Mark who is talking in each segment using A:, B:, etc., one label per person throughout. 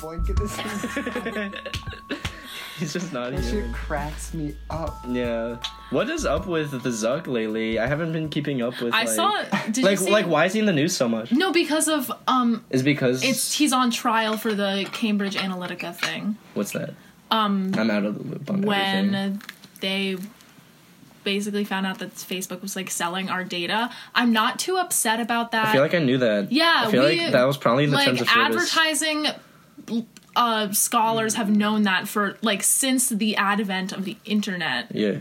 A: Boyd get this thing?
B: He's just not
A: that shit
B: human.
A: cracks me up.
B: Yeah. What is up with the Zuck lately? I haven't been keeping up with.
C: I
B: like,
C: saw. Did you
B: Like,
C: see?
B: like, why is he in the news so much?
C: No, because of um,
B: Is because
C: it's he's on trial for the Cambridge Analytica thing.
B: what's that?
C: Um,
B: I'm out of the loop on
C: when
B: everything.
C: they basically found out that Facebook was like selling our data. I'm not too upset about that.
B: I feel like I knew that.
C: Yeah,
B: I feel
C: we-
B: like that was probably in the terms of
C: like
B: service.
C: advertising uh, scholars have known that for like since the advent of the internet
B: yeah.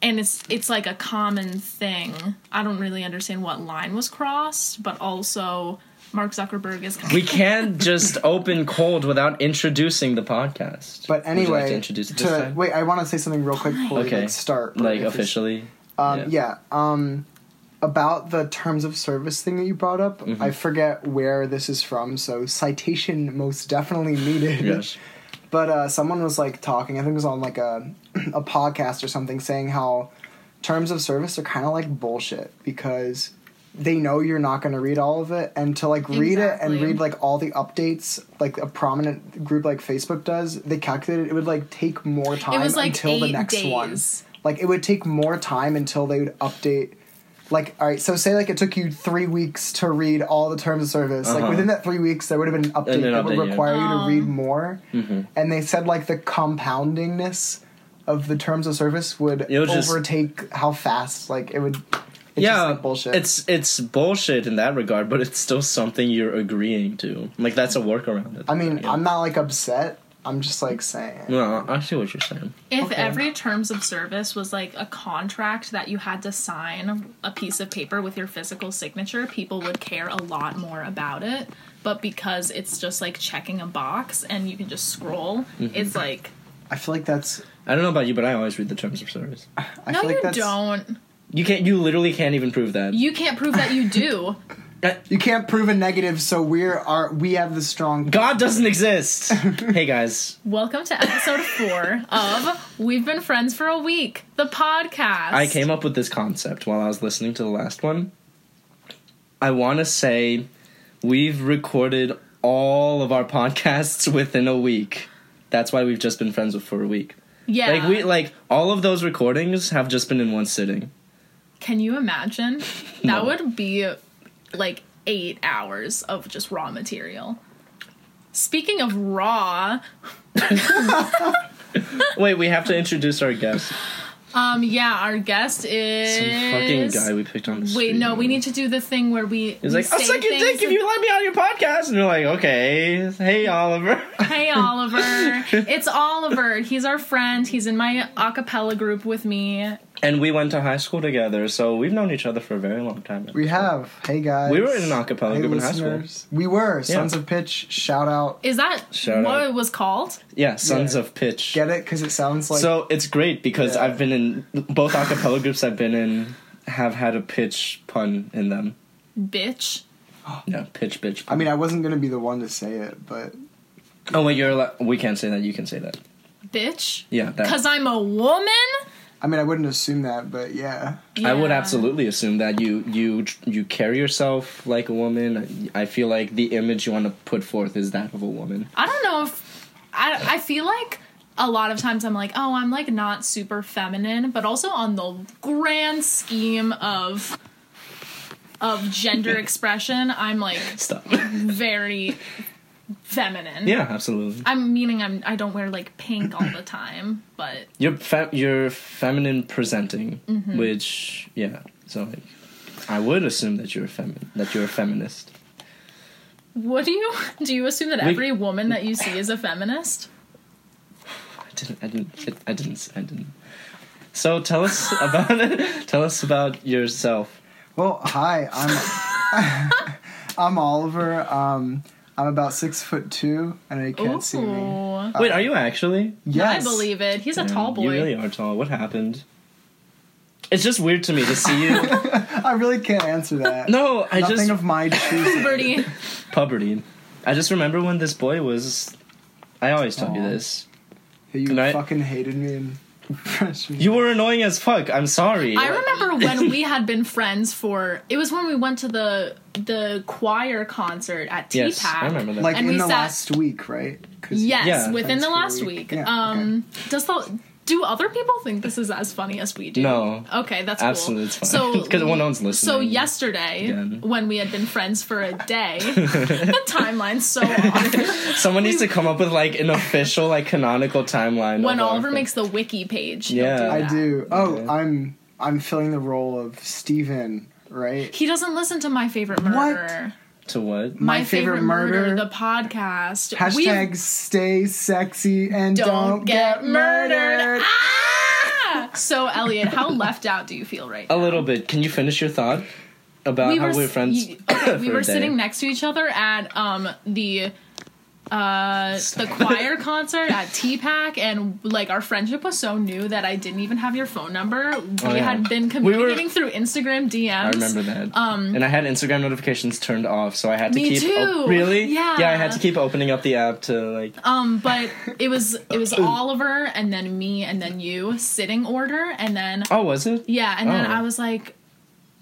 C: and it's it's like a common thing i don't really understand what line was crossed but also mark zuckerberg is
B: We can't just open cold without introducing the podcast.
A: But
B: Would you like
A: anyway,
B: to introduce it
A: to-
B: this time?
A: wait, I want to say something real quick before we
B: Okay.
A: like, start.
B: like
A: if it's-
B: officially.
A: Um, yeah. Um, about the terms of service thing that you brought up, I forget where this is from, so citation most definitely needed.
B: Yes.
A: But uh, someone was like talking, I think it was on like a, a podcast or something, saying how terms of service are kind of like bullshit because they know you're not going to read all of it and to like read it and
C: Exactly.
A: read like all the updates like a prominent group like facebook does they calculated it would like take more time
C: was, like,
A: until the
C: eight
A: next one
C: days.
A: like it would take more time until they would update like all right so say like it took you three weeks to read all the terms of service like
B: Uh-huh.
A: within that three weeks there would have been an update
B: an
A: that
B: update,
A: would
B: yeah. Mm-hmm.
A: require you to read more and they said like the compoundingness of the terms of service would
B: It'll just-
A: overtake how fast like it would it's
B: yeah,
A: just like bullshit
B: it's it's bullshit in that regard, but it's still something you're agreeing to. Like that's a workaround. at
A: i
B: the
A: mean
B: end.
A: i'm not like upset i'm just like saying
B: No, I see what you're saying.
C: If
A: Okay.
C: every terms of service was like a contract that you had to sign a piece of paper with your physical signature, people would care a lot more about it. But because it's just like checking a box and you can just scroll,
A: Mm-hmm.
C: it's like
A: i feel like that's
B: I don't know about you, but I always read the terms of service.
A: i
C: no,
A: feel like
C: you
A: that's
C: don't.
B: You can't. You literally can't even prove that.
C: You can't prove that you do.
B: That-
A: you can't prove a negative so we're are we have the strong
B: God doesn't exist. hey guys,
C: Welcome to episode four of We've Been Friends for a Week, the podcast.
B: I came up with this concept while I was listening to the last one. I want to say we've recorded all of our podcasts within a week. That's why we've just been friends with for a week.
C: Yeah.
B: Like we like all of those recordings have just been in one sitting.
C: Can you imagine? That
B: No.
C: would be like eight hours of just raw material. Speaking of raw,
B: Wait, we have to introduce our guest.
C: um, yeah, our guest is
B: Some fucking guy we picked on the street.
C: Wait, no, we need to do the thing where we.
B: He's like, I'll suck your dick if you let me on your podcast, and you're like, okay, hey Oliver.
C: Hey, Oliver. it's Oliver. He's our friend. He's in my a cappella group with me.
B: and we went to high school together, so we've known each other for a very long time.
A: We have. Hey guys.
B: We were in an acapella
A: hey,
B: group in high school.
A: listeners. We were. Sons of Pitch, shout out.
C: Is that
B: Shout
C: what
B: out.
C: it was called?
B: Yeah, Sons
A: Yeah.
B: of Pitch.
A: Get it? Because it sounds like.
B: so it's great because
A: Yeah.
B: I've been in both acapella groups I've been in have had a pitch pun in them.
C: Bitch.
B: Yeah, pitch, bitch.
A: I
B: Pun.
A: mean, I wasn't going to be the one to say it, but.
B: oh wait, you're. allo- we can't say that. You can say that.
C: Bitch.
B: Yeah, that.
C: Because I'm a woman?
A: I mean, I wouldn't assume that, but yeah.
B: I would
C: Yeah.
B: absolutely assume that you you you carry yourself like a woman. I feel like the image you want to put forth is that of a woman.
C: I don't know if I I feel like a lot of times I'm like, oh, I'm like not super feminine, but also on the grand scheme of of gender expression, I'm like
B: Stop.
C: very feminine.
B: yeah, absolutely.
C: I'm meaning I'm I don't wear like pink all the time, but
B: You're fe- you're feminine presenting,
C: Mm-hmm.
B: which yeah. So like, I would assume that you're a femin that you're a feminist.
C: what do you do you assume that
B: We-
C: every woman that you see is a feminist?
B: I didn't. I didn't. It, I didn't. I didn't. So tell us about tell us about yourself.
A: Well, hi. I'm. I'm Oliver. Um, I'm about six foot two, and I can't see me.
C: Ooh.
B: Wait, are you actually?
A: Yes.
C: I believe it. He's a
B: Damn,
C: tall boy.
B: Uh, You really are tall. What happened? It's just weird to me to see you.
A: I really can't answer that.
B: no, I
A: Nothing
B: just
A: of my choosing.
C: Bertie,
B: puberty. I just remember when this boy was. I always tell you
A: Aw.
B: this.
A: Hey, you
B: And I-
A: fucking hated me in Freshman.
B: You were annoying as fuck. I'm sorry.
C: I remember when we had been friends for it was when we went to the the choir concert at TPAC.
B: Yes, I remember that.
A: like
C: and
A: in
C: we
A: the
C: sat-
A: last week, right? 'Cause-
C: Yes,
B: Yeah,
C: within
A: thanks
C: the
A: for a
C: last
A: week.
C: week.
A: Yeah,
C: um, does the do other people think this is as funny as we do?
B: No.
C: Okay, that's
B: Absolutely,
C: Cool.
B: it's fine.
C: So
B: 'Cause no one's
C: So
B: listening.
C: yesterday,
B: Again.
C: when we had been friends for a day, the timeline's so off.
B: Someone needs to come up with like an official, like canonical timeline.
C: when
B: of our
C: Oliver
B: thing.
C: makes the wiki page, he'll
B: Yeah.
C: do
A: I
C: that.
A: do. Oh,
B: Yeah.
A: I'm I'm filling the role of Steven, right?
C: He doesn't listen to my favorite murder.
B: to what?
A: My Favorite Murder.
C: the podcast. We
A: Hashtag stay sexy and
C: don't,
A: don't,
C: get murdered.
A: murdered.
C: Ah! So Elliot, how left out do you feel right
B: A little bit. Can you finish your thought about how we were
C: s-
B: friends?
C: you- okay, we
B: for a
C: were
B: day?
C: sitting next to each other at um the uh the
B: Stop.
C: choir concert at TPAC and like our friendship was so new that I didn't even have your phone number. We
B: Oh, yeah.
C: had been
B: We were-
C: communicating through Instagram DMs.
B: I remember that. Um, and I had Instagram notifications turned off, so I had to
C: Me
B: keep.
C: too.
B: really?
C: Yeah.
B: Yeah, I had to keep opening up the app to like.
C: Um, but it was it was Oliver and then me and then you sitting order and then
B: oh, was it?
C: yeah and then
B: Oh.
C: I was like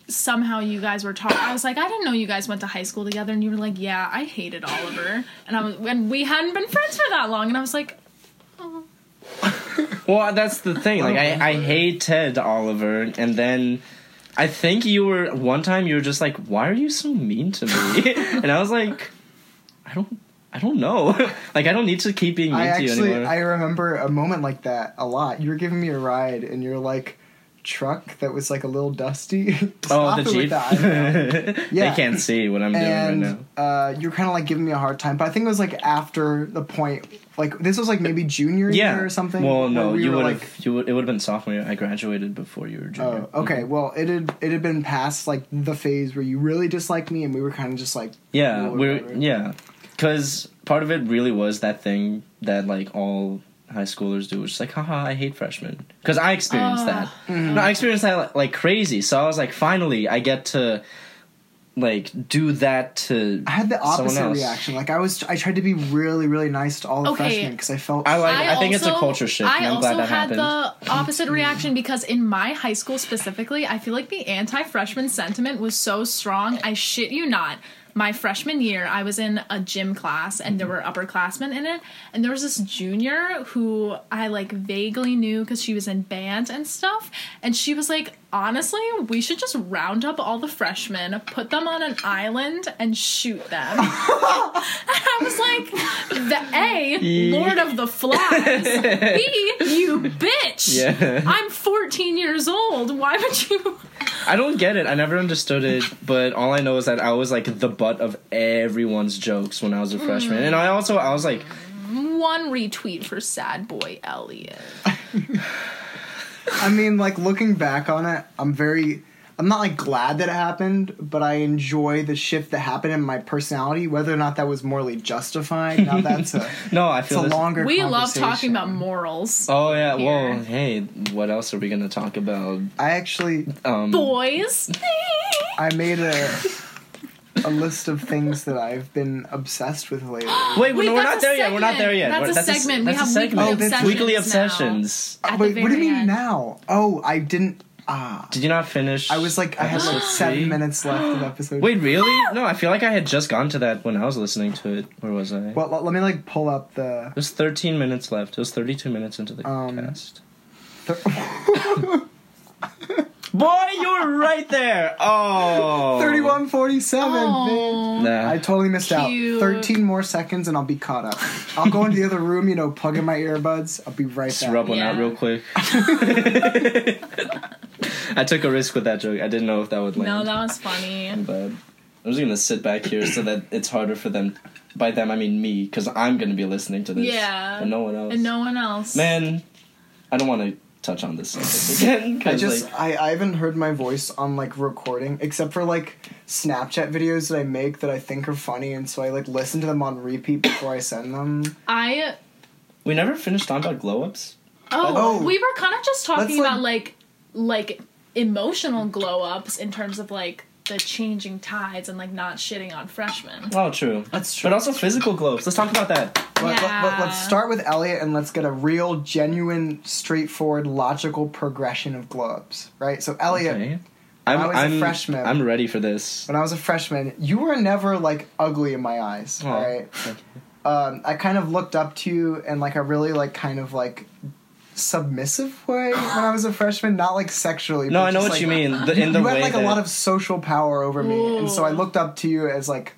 C: somehow you guys were talking. I was like I didn't know you guys went to high school together and you were like yeah I hated Oliver and I was when we hadn't been friends for that long and I was like
B: Well, that's the thing. Like, I, I hated Oliver, and then I think you were one time. You were just like, "Why are you so mean to me?" and I was like, "I don't, I don't know. like, I don't need to keep being mean
A: I
B: to you
A: actually
B: anymore."
A: I remember a moment like that a lot. You were giving me a ride and your like truck that was like a little dusty.
B: oh,
A: Stop
B: the
A: it with
B: jeep.
A: that, I know.
B: They
A: Yeah.
B: can't see what I'm
A: and
B: doing right now.
A: uh, you were kind of like giving me a hard time, but I think it was like after the point, like this was like maybe junior
B: Yeah.
A: year or something.
B: Well,
A: when
B: no,
A: we
B: you
A: were,
B: would have. you would. It would have been sophomore year. I graduated before you were junior.
A: Oh, okay. Well, it had it had been past like the phase where you really disliked me, and we were kind of just like
B: Yeah,
A: Or
B: we're
A: whatever.
B: yeah, because part of it really was that thing that like all high schoolers do, which is like, haha, I hate freshmen. Because I experienced
C: Ah.
B: that.
A: Mm-hmm.
B: No, I experienced that like, like crazy. So I was like, finally, I get to like do that to.
A: I had the
B: someone
A: opposite
B: else.
A: reaction. Like I was, I tried to be really, really nice to all the
C: Okay.
A: freshmen because I felt
B: I like- think it's a
C: also-
B: culture shift, and
C: I
B: I'm
C: also
B: glad that
C: had
B: happened.
C: the opposite reaction because in my high school specifically, I feel like the anti freshman sentiment was so strong. I shit you not. My freshman year, I was in a gym class and there were upperclassmen in it. And there was this junior who I like vaguely knew because she was in band and stuff. And she was like, honestly, we should just round up all the freshmen, put them on an island, and shoot them. I was like, the A, Lord of the Flies. B, you bitch.
B: Yeah.
C: I'm 14 years old. Why would you?
B: I don't get it. I never understood it, but all I know is that I was like the butt of everyone's jokes when I
A: Mm.
B: was a freshman, and I also I was like,
C: One retweet for sad boy Elliot.
A: I mean, like looking back on it, I'm very. I'm not like glad that it happened, but I enjoy the shift that happened in my personality. Whether or not that was morally justified, now that's a
B: no, I
A: it's a
B: feel this.
A: longer.
C: We love talking
A: conversation.
C: about morals.
B: Oh yeah,
C: here.
B: well, hey, what else are we gonna talk about?
A: I actually,
B: Um,
C: Boys.
A: I made a a list of things that I've been obsessed with lately.
B: Wait,
C: Wait,
B: no, we're
C: that's
B: not
C: a
B: there yet. We're not
C: segment.
B: there yet.
C: That's
B: We're-
C: a segment. We
B: that's
C: have weekly
A: Oh, that's-
B: Weekly
C: obsessions
B: obsessions.
C: At the
A: Wait, what do you
C: very
A: mean
C: end.
A: now? Oh, I didn't. Ah,
B: Did you not finish?
A: I was like, I had like
B: episode
A: seven
B: three?
A: minutes left of episode.
B: Wait, really? No, I feel like I had just gone to that when I was listening to it. Where was I? It
A: well, let- let me like pull up the.
B: was 13 minutes left. It was 32 minutes into the
A: Um,
B: cast.
A: the
B: Boy, you're right there. Oh.
A: 3147.
C: Oh.
B: Nah.
A: I totally missed
C: Cute.
A: out. 13 more seconds and I'll be caught up. I'll go into the other room, you know, plug in my earbuds. I'll be right
B: Just
A: back.
B: rub one out
C: Yeah.
B: real quick. I took a risk with that joke. I didn't know if that would
C: No,
B: land.
C: that was funny.
B: But I'm just gonna sit back here so that it's harder for them. By them, I mean me, because I'm gonna be listening to this.
C: Yeah.
B: And no one else.
C: And no one else.
B: Man, I don't want to touch on this subject again.
A: I
B: 'cause,
A: just
B: like,
A: I, I haven't heard my voice on like recording except for like Snapchat videos that I make that I think are funny and so I like listen to them on repeat before I send them.
C: I.
B: we never finished on about glow ups.
C: Oh,
A: Oh.
C: we were kind of just talking
A: Let's, like-
C: about like like emotional glow ups in terms of like the changing tides and like not shitting on freshmen.
B: Oh, true.
A: That's
B: But also physical globes. Let's talk about that.
A: Let,
C: Yeah.
A: us start with Elliot and let's get a real, genuine, straightforward, logical progression of globes, right? So, Elliot,
B: Okay. I'm,
A: I was a
B: I'm,
A: freshman.
B: I'm ready for this.
A: when I was a freshman, you were never like ugly in my eyes,
B: Aw.
A: all right? Um, I kind of looked up to you in like a really like kind of like submissive way when I was a freshman, not like sexually.
B: No,
A: but
B: I know
A: just,
B: what
A: like,
B: you mean. The, in the
A: you
B: way
A: had like
B: that,
A: a lot of social power over me, and so I
C: Ooh.
A: looked up to you as like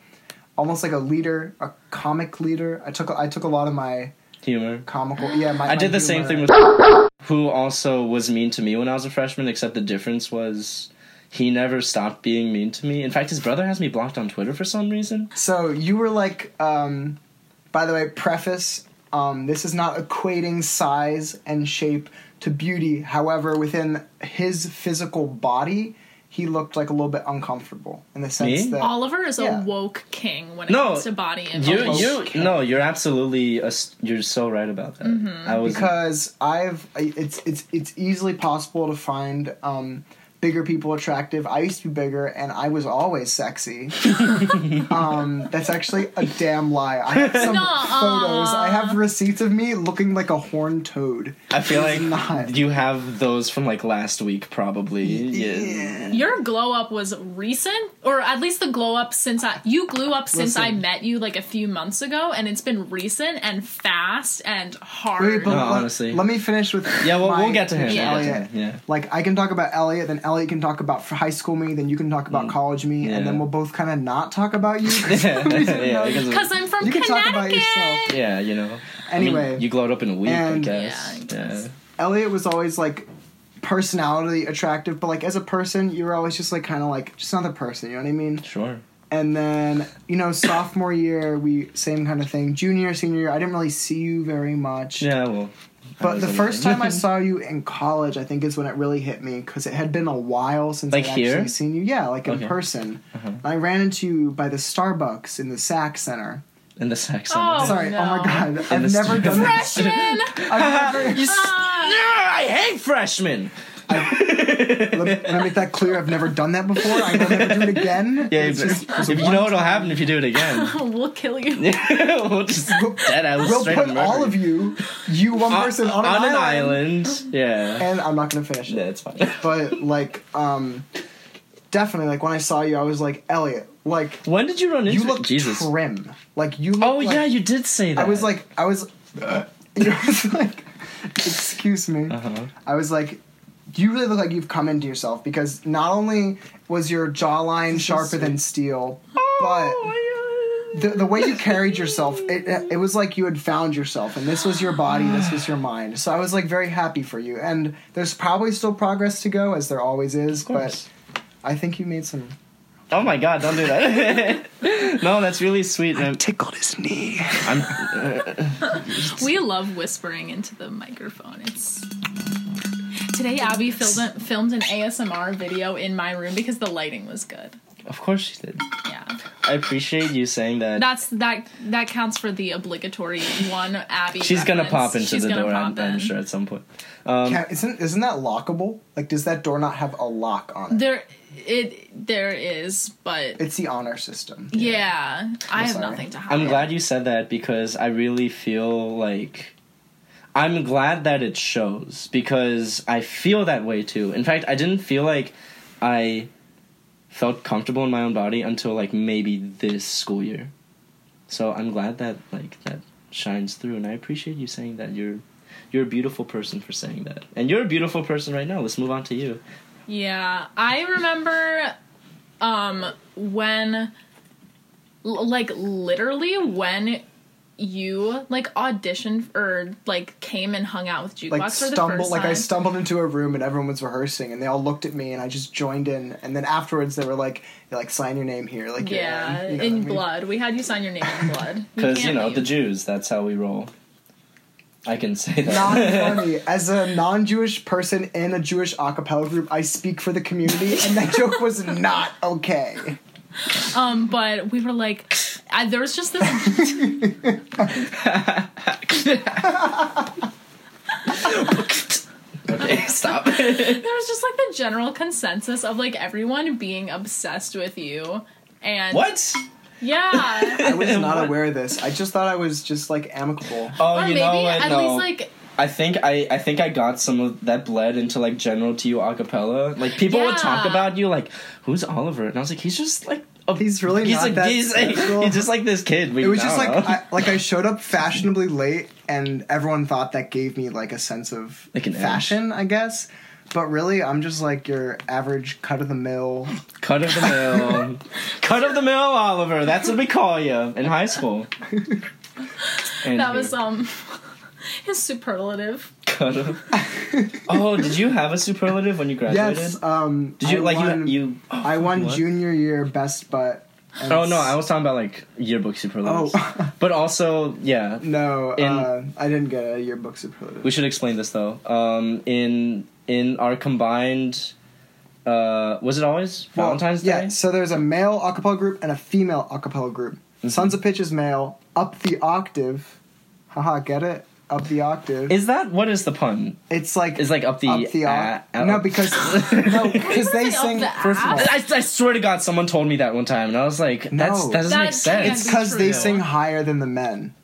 A: almost like a leader, a comic leader. I took I took a lot of my
B: humor.
A: comical. Yeah, my,
B: I did
A: my
B: the same
A: humor-
B: thing with who also was mean to me when I was a freshman, except the difference was he never stopped being mean to me. In fact, his brother has me blocked on Twitter for some reason.
A: So you were like, um, by the way, preface. Um, this is not equating size and shape to beauty. However, within his physical body, he looked like a little bit uncomfortable in the sense
B: Me?
A: that
C: Oliver is
A: Yeah.
C: a woke king when it
B: No,
C: comes to body image.
B: You, you,
A: Oh, Okay.
B: no, you're absolutely, a, s- you're so right about that. I was
A: because I've I- it's it's it's easily possible to find um, bigger people attractive. I used to be bigger, and I was always sexy. um, that's actually a damn lie. I have some
C: Nuh-uh.
A: photos. I have receipts of me looking like a horned toad.
B: I feel like
A: not.
B: you have those from like last week, probably. Yeah.
C: Your glow up was recent, or at least the glow up since I you grew up since I
A: Listen.
C: met you like a few months ago, and it's been recent and fast and hard.
A: Wait, but
B: No,
A: let,
B: honestly.
A: let me finish with
B: Yeah, well,
A: my-
B: we'll get to him.
C: Yeah.
B: We'll get to
A: Elliot.
B: him, Yeah.
A: Like I can talk about Elliot, then Elliot can talk about for high school me, then you can talk about college me,
B: Mm. Yeah.
A: and then we'll both kind of not talk about you.
B: yeah, because of-
C: Because I'm from
A: you can talk about
C: Connecticut.
A: yourself.
B: yeah, you know. I mean,
A: Anyway,
B: you glowed up in a week, I
A: and-
B: guess.
C: Yeah, I guess.
A: Elliot was always like personality attractive, but like as a person, you were always just like kind of like just another person. You know what I mean?
B: Yeah, sure.
A: And then you know, sophomore year, we same kind of thing. Junior, senior year, I didn't really see you very much.
B: Yeah, well. I
A: But
B: was
A: the
B: in-
A: first time I saw you in college, I think is when it really hit me because it had been a while since
B: Like
A: I'd
B: here?
A: actually seen you. Yeah, like in
B: Okay. Uh-huh.
A: person. I ran into you by the Starbucks in the Sac Center.
B: in the sex.
C: Oh.
A: Sorry, oh my
C: no.
A: god, I've
B: the
A: never done that.
C: Freshman.
A: I've never,
C: Ah.
B: I hate freshmen.
A: let, me, let me make that clear. I've never done that before. I will never do it again.
B: Yeah,
A: It's
B: but-
A: just- it's
B: if you
A: one
B: know what'll
A: time.
B: happen if you do it again,
C: we'll kill you.
B: we'll just dead out
A: We'll
B: straight
A: put
B: and murder
A: all of you, you one person, on, an, island,
B: Yeah.
A: and I'm not gonna finish it.
B: yeah, it's fine.
A: But like, um, definitely, like when I saw you, I was like, Elliot, like
B: When did you run into
A: you look
B: Jesus?
A: trim. Like you. Look
B: oh
A: like-
B: yeah, you did say that.
A: I was like, I was. you was like, excuse me.
B: Uh-huh.
A: I was like, you really look like you've come into yourself because not only was your jawline sharper than steel,
B: Oh,
A: but the, the way you carried yourself, it, it was like you had found yourself, and this was your body, this was your mind. So I was like very happy for you, and there's probably still progress to go, as there always is. But
B: course.
A: I think you made some.
B: Oh my god, don't do that. no, that's really sweet. and I'm,
A: Tickled his knee.
C: We love whispering into the microphone. It's today. Abby filmed filmed an ASMR video in my room because the lighting was good.
B: of course she did.
C: Yeah,
B: I appreciate you saying that.
C: that's that. That counts for the obligatory one. Abby.
B: She's gonna
C: reference.
B: pop into
C: She's
B: the
C: gonna
B: door, I'm,
C: pop
B: I'm
C: in.
B: sure, at some point.
A: isn't isn't that lockable? Like, does that door not have a lock on it?
C: There, it there is, but
A: It's the honor system.
C: yeah, I have
A: sorry.
C: nothing to hide.
B: I'm glad you said that because I really feel like I'm glad that it shows because I feel that way too. In fact, I didn't feel like I felt comfortable in my own body until like maybe this school year. So I'm glad that like that shines through and I appreciate you saying that you're you're a beautiful person for saying that. And you're a beautiful person right now. Let's move on to you.
C: Yeah, I remember um when l- like literally when you like auditioned or like came and hung out with Jukebox
A: Like
C: for the
A: stumble,
C: first
A: like
C: time.
A: I stumbled into a room and everyone was rehearsing, and they all looked at me, and I just joined in. And then afterwards, they were like, they, "Like sign your name here, like your
C: yeah,
A: name. You know what
C: in
A: I mean?
C: blood. We had you sign your name in blood.
B: Cuz
C: can't
B: you know,
C: leave.
B: the Jews, that's how we roll. I can say that.
A: Not funny. As a non-Jewish person in a Jewish a cappella group, I speak for the community, and that joke was not okay.
C: Um, but we were like, I, there was just this.
B: okay, stop.
C: there was just like a general consensus of like everyone being obsessed with you. And
B: What?
C: Yeah.
A: I was not aware of this. I just thought I was just like amicable.
B: Oh,
C: or
B: you
C: maybe
B: know what?
C: at
B: no.
C: least like
B: I think I, I think I got some of that bled into like general to you acapella. Like people would talk
C: Yeah.
B: about you like, who's Oliver? And I was like, he's just like a,
A: He's really
B: he's
A: not
B: like
A: that
B: he's,
A: special.
B: he's just like this kid. We
A: It was just
B: know.
A: like I, like I showed up fashionably late, and everyone thought that gave me like a sense of
B: Like an edge.
A: fashion, I guess. But really, I'm just like your average cut of the mill.
B: cut of the mill, cut of the mill, Oliver. That's what we call you in high school. And
C: that was
B: here.
C: um his superlative.
B: cut of. Oh, did you have a superlative when you graduated?
A: Yes. Um.
B: Did you
A: I
B: like
A: won-
B: you you?
A: I won
B: What?
A: junior year best butt. and
B: Oh no,
A: s-
B: I was talking about like yearbook superlatives.
A: Oh.
B: but also yeah,
A: No,
B: In-
A: uh, I didn't get a yearbook superlative.
B: We should explain this though. Um, in in our combined, uh, was it always
A: Well,
B: Valentine's Day?
A: Yeah, so there's a male acapella group and a female acapella group.
B: Mm-hmm.
A: Sons of Pitch is male, up the octave. Haha, get it? Up the octave.
B: Is that what is the pun?
A: it's like
B: Is like up the, uh,
A: up the
B: a-
A: octave.
B: a-
A: no, because no, because they
C: Doesn't it say up
A: sing
C: the
A: first of all.
C: ass?
B: I, I swear to God, someone told me that one time, and I was like, "That's
A: No.
B: that doesn't
C: That
B: make sense."
A: It's
C: It's
A: because they
C: true.
A: sing higher than the men.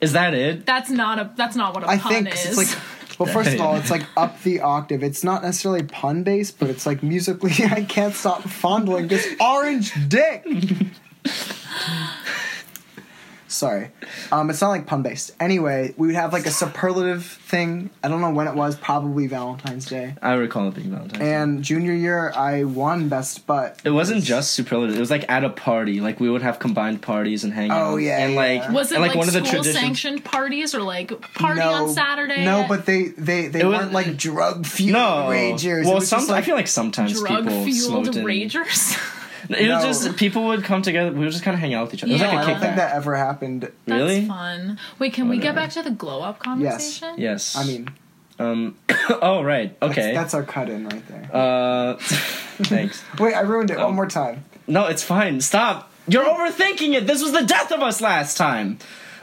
B: Is that it?
C: That's not a that's not what a
A: I
C: pun
A: think 'cause
C: is.
A: it's like. Well, first of all, it's like up the octave. It's not necessarily pun based, but it's like musically. I can't stop fondling this orange dick. Sorry, um, it's not like pun based. Anyway, we would have like a superlative thing. I don't know when it was. Probably Valentine's Day.
B: I recall it being Valentine's. Day.
A: And junior year, I won best butt.
B: it wasn't just superlative. It was like at a party. Like we would have combined parties and hang out.
A: Oh, yeah,
B: and like
A: yeah.
C: was it
B: and,
C: like,
B: like, one of the
C: school
B: traditions.
C: sanctioned parties or like party on Saturday?
A: No, but they they they
B: It was-
A: weren't like drug fueled
B: no,
A: ragers.
B: well,
A: it was
B: some
A: just like,
B: I feel like sometimes
C: drug
B: people
C: fueled
B: smoked and-
C: ragers.
B: It was
A: No.
B: just people would come together. We would just kind of hang out with each other. It was
C: Yeah.
A: I
B: like a
A: don't
B: kickback.
A: think that ever happened.
B: Really?
C: That's fun. Wait, can we get back to the glow up conversation?
B: Yes.
A: I mean,
B: Um. oh right. Okay.
A: That's, that's our cut in right there.
B: uh. thanks.
A: Wait, I ruined it
B: Oh.
A: one more time.
B: No, it's fine. Stop. You're overthinking it. This was the death of us last time.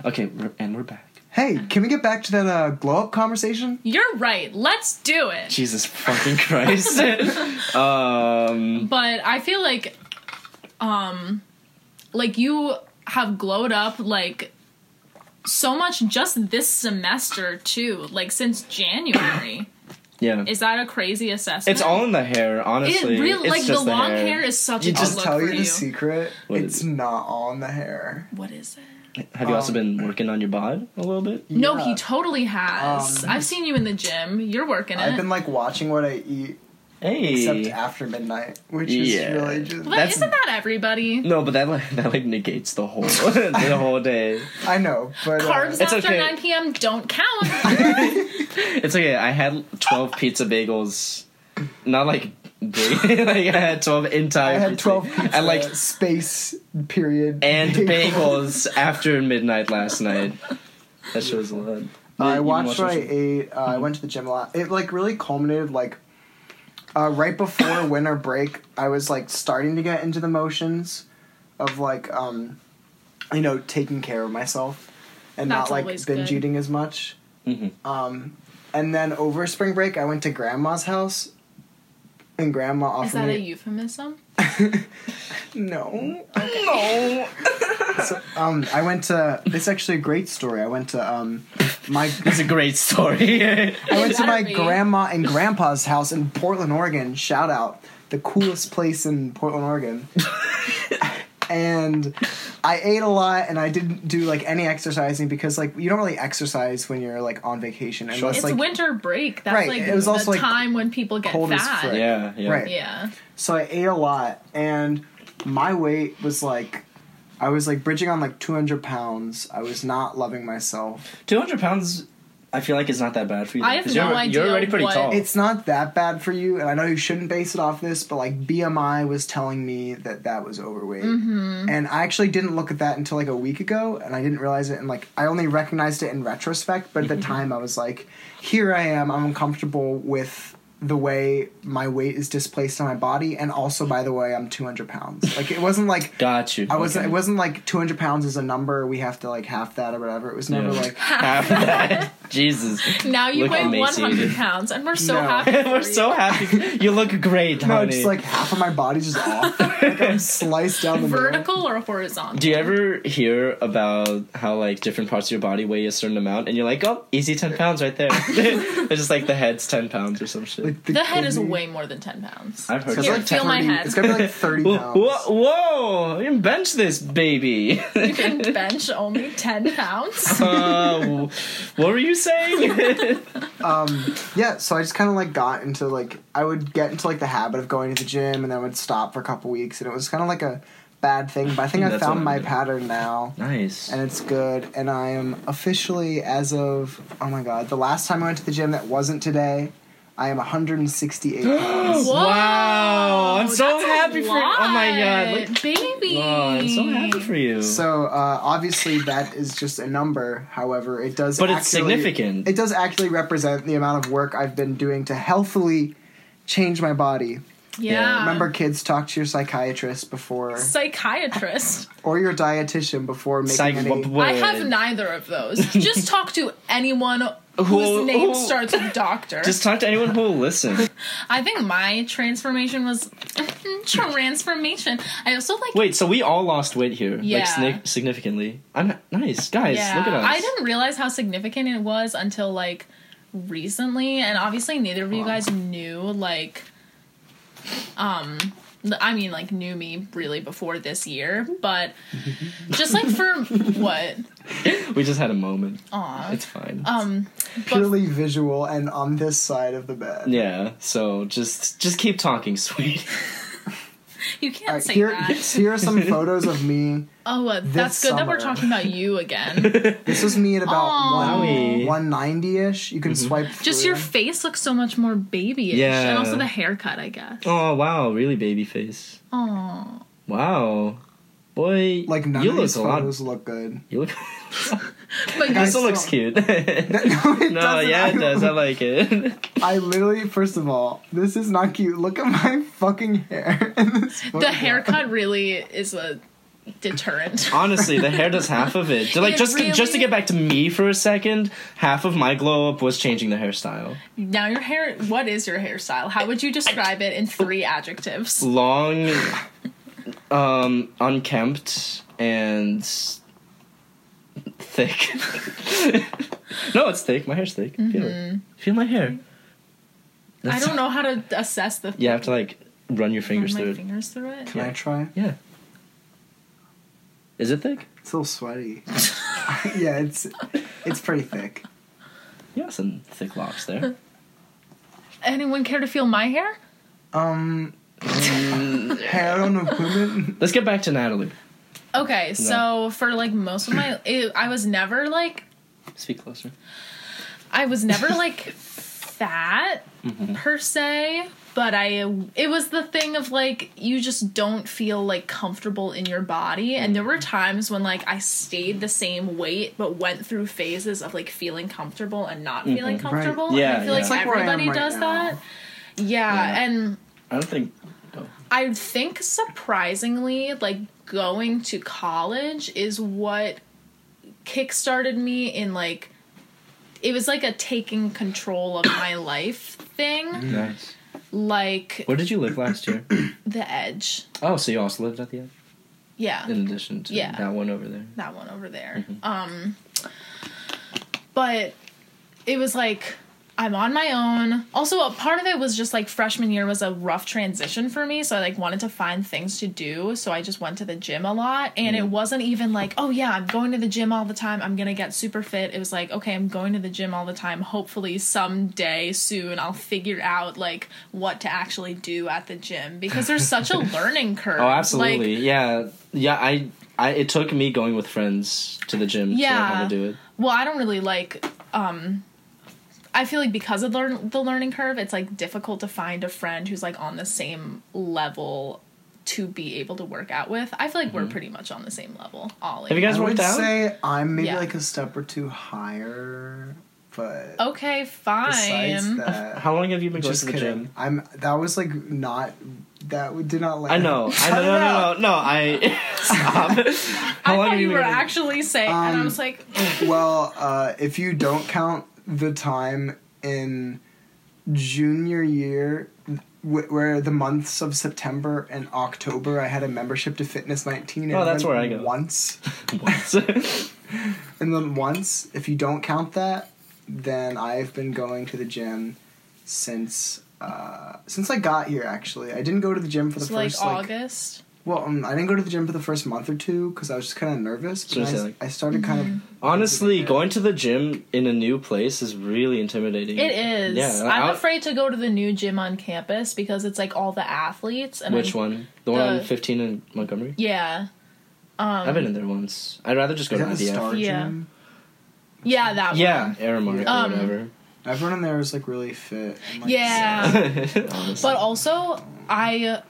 B: Okay, we're, and we're back.
A: Hey, can we get back to that uh, glow up conversation?
C: You're right. Let's do it.
B: Jesus fucking Christ. um.
C: But I feel like um like you have glowed up like so much just this semester too, like since January.
B: Yeah.
C: Is that a crazy assessment?
B: It's all in the hair,
C: it
B: honestly.
C: really
B: it's
C: like the
B: just
C: long
B: hair.
C: hair. is such
B: You
C: a good
A: I'll
B: just
C: look
A: tell
C: for
A: you
C: you.
A: the secret.
B: What
A: it's
B: is it?
A: not on the hair.
C: What is it?
B: Have you also
A: um,
B: been working on your bod a little bit?
C: No,
A: Yeah.
C: he totally has.
A: Um,
C: I've seen you in the gym. You're working it.
A: I've been like watching what I eat, except
B: Hey.
A: after midnight, which
B: Yeah.
A: is really just.
C: but
B: that's-
C: isn't that everybody?
B: No, but that like that like negates the whole the whole day.
A: I know, but uh,
C: Carbs after
B: okay.
C: 9 p.m. don't count.
B: It's okay. I had twelve pizza bagels, not like big. like I had twelve entire.
A: I had
B: pizza-
A: twelve pizza
B: I like
A: space period
B: and
A: bagel.
B: bagels after midnight last night. That shit was a lot.
A: I
B: You
A: watched what I
B: watched
A: ate. Uh, I went to the gym a lot. It like really culminated like uh, right before winter break. I was like starting to get into the motions of like um, you know taking care of myself and
C: That's
A: not like
C: always
A: binge
C: good.
A: eating as much.
B: Mhm.
A: Um, and then over spring break, I went to grandma's house, and grandma offered
C: Is that
A: me
C: a euphemism?
A: no. No. so, um, I went to. It's actually a great story. I went to um, my.
B: That's a great story.
A: I went to my
C: Better be.
A: grandma and grandpa's house in Portland, Oregon. Shout out. The coolest place in Portland, Oregon. and I ate a lot and I didn't do like any exercising because like you don't really exercise when you're like on vacation unless
C: It's
A: like
C: winter break. That's
A: Right,
C: like
A: it was
C: the
A: also, like,
C: time when people get
A: cold as
C: fat.
A: frick.
B: yeah, yeah.
A: Right.
C: Yeah.
A: so I ate a lot and my weight was like I was like bridging on like 200 pounds. I was not loving myself.
B: Two hundred pounds. I feel like it's not that bad for you.
C: I have
B: 'cause
C: no
B: you're,
C: idea
B: You're already pretty
C: what-
B: tall.
A: It's not that bad for you, and I know you shouldn't base it off this, but like BMI was telling me that that was overweight,
B: Mm-hmm.
A: and I actually didn't look at that until like a week ago, and I didn't realize it, and like I only recognized it in retrospect, but at
B: Mm-hmm.
A: the time I was like, here I am, I'm uncomfortable with the way my weight is displaced on my body, and also by the way I'm 200 pounds. Like it wasn't like.
B: got you.
A: I wasn't.
B: Okay.
A: It wasn't like 200 pounds is a number. We have to like half that or whatever. It was never
B: Yeah.
A: like
B: Half that. Jesus.
C: Now you
B: Look
C: weigh
B: amazing.
C: 100 pounds, and we're so
A: No.
C: happy. for
B: We're
C: you.
B: so happy. You look great,
A: No,
B: honey.
A: just like half of my body's just off. like I'm sliced down the middle.
C: vertical or horizontal.
B: Do you ever hear about how like different parts of your body weigh a certain amount, and you're like, oh, easy ten pounds right there. it's just like the head's ten pounds or some shit.
A: Like
C: the head is
A: kidney-
C: way more than 10 pounds.
B: I've heard
A: It's
C: Here,
A: like
C: feel my
A: 30
C: head.
A: It's gonna be like thirty
B: Whoa,
A: pounds.
B: whoa, you can bench this baby.
C: You can bench only 10 pounds.
B: uh, w- what were you saying?
A: um yeah so i just kind of like got into like i would get into like the habit of going to the gym and then I would stop for a couple weeks and it was kind of like a bad thing but i think i
B: That's what
A: found
B: I'm
A: my
B: doing.
A: pattern now
B: nice.
A: and it's good and i am officially as of oh my god the last time i went to the gym that wasn't today i am 168 pounds
C: Whoa,
B: Wow, I'm so
C: that's a
B: happy for you. Oh my God,
C: lot, baby!
B: Oh, I'm so happy for you.
A: so uh, obviously that is just a number however it does
B: But it's
A: accurately-
B: significant.
A: it does actually represent the amount of work i've been doing to healthily change my body
C: Yeah.
A: Remember, kids, talk to your psychiatrist before
C: psychiatrist.
A: or your dietitian before making
B: Psych-
A: any.
B: w- w-
C: I have
B: word.
C: neither of those. Just talk to anyone whose
B: Who-
C: name
B: who-
C: starts with doctor.
B: Just talk to anyone who will listen.
C: I think my transformation was transformation. I also like
B: Wait, so we all lost weight here,
C: Yeah.
B: like sni- significantly. I'm nice, guys. Look at us.
C: I didn't realize how significant it was until like recently, and obviously neither of you
B: Wow.
C: guys knew like, um, th- I mean like knew me really before this year, but just like for what,
B: We just had a moment.
C: Aw.
B: It's fine.
C: um,
A: purely visual and on this side of the bed.
B: yeah. So just just keep talking, sweet.
C: you can't
A: All right,
C: say
A: here,
C: that.
A: here are some photos of me.
C: Oh, uh, that's good that we're
A: summer.
C: talking about you again.
A: This was me at
C: Aw.
A: about
B: Wowie.
A: one
B: Mm-hmm.
A: one ninety ish. You can swipe.
C: Just
A: through.
C: your face looks so much more babyish,
B: Yeah.
C: and also the haircut, I guess.
B: oh wow, really baby face.
C: Oh,
B: Wow, boy,
A: like none
B: you
A: of
B: look
A: these
B: a lot.
A: photos look good.
B: You look.
C: but you
B: this one looks cute.
A: no, it
B: no,
A: doesn't.
B: yeah,
A: I-
B: it does. I like it.
A: I literally, first of all, this is not cute. Look at my fucking hair. in this
C: the
A: photograph.
C: haircut really is a deterrent.
B: Honestly, the hair does half of it. Like
C: It
B: just to, just to
C: really-
B: get back to me for a second, half of my glow up was changing the hairstyle.
C: Now your hair. What is your hairstyle? How would you describe it in three adjectives?
B: long, um, unkempt, and thick. no, it's thick. My hair's thick. Feel it. Feel my hair.
C: Mm-hmm. I
B: That's-
C: don't know how to assess the.
B: You have to like run your fingers
C: Run
B: through
C: my
B: it.
C: fingers through it.
A: Can I try?
B: Yeah. Is it thick?
A: It's a little sweaty. yeah, it's it's pretty thick.
B: Yeah, some thick locks there.
C: Anyone care to feel my hair?
A: Um, hair on equipment.
B: Let's get back to Natalie.
C: Okay, so for like most of my, it, I was never like,
B: Speak closer.
C: I was never like fat
B: Mm-hmm.
C: per se, but I, it was the thing of like you just don't feel like comfortable in your body, and there were
B: Mm-hmm.
C: times when like I stayed the same weight but went through phases of like feeling comfortable and not feeling comfortable. and
B: Mm-hmm. Yeah,
C: I feel
B: yeah.
C: like
B: It's
A: like where I am
C: everybody
A: right
C: does
A: now.
C: that. Yeah,
B: Yeah.
C: and
B: I don't think. Oh.
C: I think surprisingly, like going to college is what kickstarted me in like it was like a taking control of my life thing,
B: Nice.
C: like
B: Where did you live last year?
C: the edge.
B: oh, so you also lived at the end,
C: Yeah.
B: in addition to
C: Yeah.
B: that one over there.
C: that one over there.
B: Mm-hmm.
C: Um, but it was like I'm on my own. Also, a part of it was just like freshman year was a rough transition for me, so I like wanted to find things to do, so I just went to the gym a lot, and
B: Mm-hmm.
C: it wasn't even like, oh yeah, I'm going to the gym all the time. I'm gonna get super fit. It was like, okay, I'm going to the gym all the time. Hopefully, someday soon, I'll figure out like what to actually do at the gym because there's such a learning curve.
B: Oh,
C: Like,
B: absolutely. yeah, yeah. I, I, it took me going with friends to the gym to learn how
C: Yeah.
B: to do it.
C: well i don't really like um i feel like because of learn- the learning curve it's like difficult to find a friend who's like on the same level to be able to work out with i feel like
B: Mm-hmm.
C: we're pretty much on the same level ollie
B: Have you guys
A: I would
B: worked out?
A: say I'm maybe
C: Yeah.
A: like a step or two higher, but
C: okay
A: besides
C: fine
A: that,
B: how long have you been going to
A: just
B: the
A: kidding.
B: gym?
A: I'm that was like not that w- did not like.
B: I know. I
A: Cut
B: know.
A: it
B: No, no,
A: out.
B: no, no. I stop.
C: i
B: How long
C: thought
B: have
C: you
B: you
C: were
B: been? going to-
C: actually saying and i
A: Um,
C: was like
A: Well, uh, if you don't count the time in junior year wh- where the months of September and October I had a membership to Fitness 19 and
B: Oh, that's
A: went
B: where I go.
A: once
B: Once.
A: and then once if you don't count that then I've been going to the gym since uh, since I got here actually I didn't go to the gym for the
C: So like
A: first like,
C: August.
A: well um, I didn't go to the gym for the first month or two because I was just kind of nervous
B: So
A: but
B: it's
A: I,
B: like-
A: I started kind of
C: Mm-hmm.
B: Honestly, going to the gym in a new place is really intimidating.
C: It is.
B: Yeah,
C: I'm
B: I'll-
C: afraid to go to the new gym on campus because it's like all the athletes and
B: Which
C: I'm-
B: one? The one on
C: The-
B: 15 in Montgomery?
C: Yeah. Um,
B: I've been in there once. I'd rather just go
A: Is
B: to
A: that the
B: IDF.
A: Star
C: Yeah.
A: Gym?
C: yeah, that
B: Yeah,
C: one.
B: Aramark or
C: Um,
B: whatever.
A: Everyone in there is like really fit. and, like,
C: Yeah.
B: Honestly.
C: um, But also, I.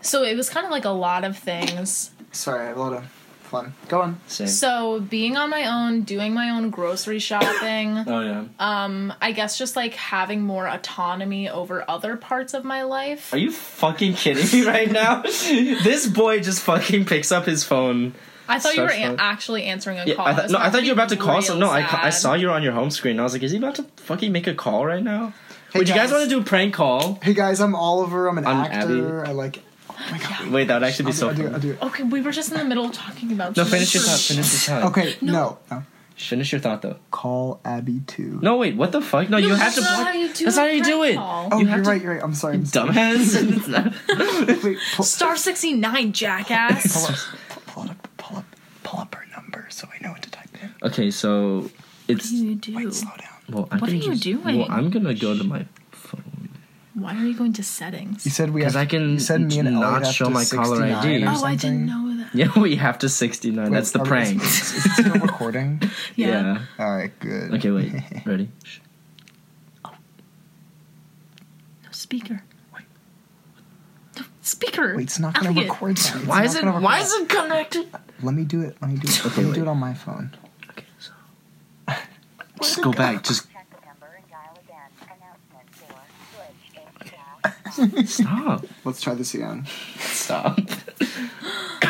C: So it was kind of like a lot of things.
A: Sorry, I had a lot of fun. Go on.
B: Same.
C: So being on my own, doing my own grocery shopping.
B: oh yeah.
C: um, I guess just like having more autonomy over other parts of my life.
B: Are you fucking kidding me right now? this boy just fucking picks up his phone.
C: I thought you were
B: Social-
C: a- actually answering a
B: Yeah,
C: call.
B: I thought,
C: was
B: no, I
C: about
B: thought you were about to
C: be
B: call
C: real
B: some. No, I, ca- I
C: sad.
B: saw you on your home screen. and I was like, is he about to fucking make a call right now?
A: Hey,
B: Would you guys
A: guys.
B: want to do a prank call?
A: Hey guys, I'm Oliver. I'm an
B: I'm
A: actor. I like. Oh my god.
B: Wait, that would actually be
A: I'll do,
B: so
A: I'll do, it, I'll
B: fun.
A: do it.
C: Okay, we were just in the middle of talking about.
B: No, finish your
C: super-
B: thought. Finish your thought.
A: Okay, no. no,
B: Finish your thought though.
A: Call Abby too.
B: No, wait. What the fuck? No,
C: No,
B: you have
C: that's
B: to.
C: not
B: block-
C: how you do
B: that's
C: a
B: not how you do
C: prank
B: it.
C: call.
A: Oh,
B: you
A: you
B: have
A: are
B: to-
A: right. You're right. I'm sorry. I'm sorry.
B: Dumbass. It's not-
A: Wait, pull,
C: Star sixty nine,
A: pull
C: jackass.
A: up, pull up, pull up, pull up her number so I know what to type in.
B: okay, so it's.
C: you do?
A: Wait, slow down.
B: Well, I
C: What
B: can
C: are you
B: just-
C: doing?
B: Well, I'm gonna go to my phone.
C: Why are you going to
A: You
C: settings?
A: said we
B: Because
A: have.
B: I can
A: you said me and
B: not
A: Elliot have
B: show
A: to
B: my caller
A: 69
B: ID.
A: or
C: Oh, I
A: something.
C: didn't know that.
B: Yeah, we have to 69.
A: Wait,
B: That's the
A: are we-
B: prank.
A: Is it still recording?
C: Yeah.
B: yeah.
A: All right, good.
B: Okay, wait. Ready? Shh.
C: No speaker. No speaker.
A: Wait, it's not gonna
C: Elliot.
A: record. that. It's
B: Why
A: not
B: is it?
A: gonna record
B: Why
A: that.
B: is it connected?
A: Let me do it. Let me do it. Let
B: Okay,
A: me do
B: wait.
A: it on my phone.
B: Okay, so just go back. Just
D: Check the number and dial again. Announcement for Switch is now.
B: stop.
A: Let's try this again.
B: Stop.